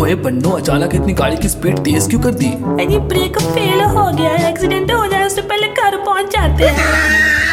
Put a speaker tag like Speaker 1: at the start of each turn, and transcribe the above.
Speaker 1: ओए बन्नो अचानक इतनी गाड़ी की स्पीड तेज क्यों कर दी
Speaker 2: अरे ब्रेक फेल हो गया है एक्सीडेंट हो जाए उससे पहले घर पहुंच जाते हैं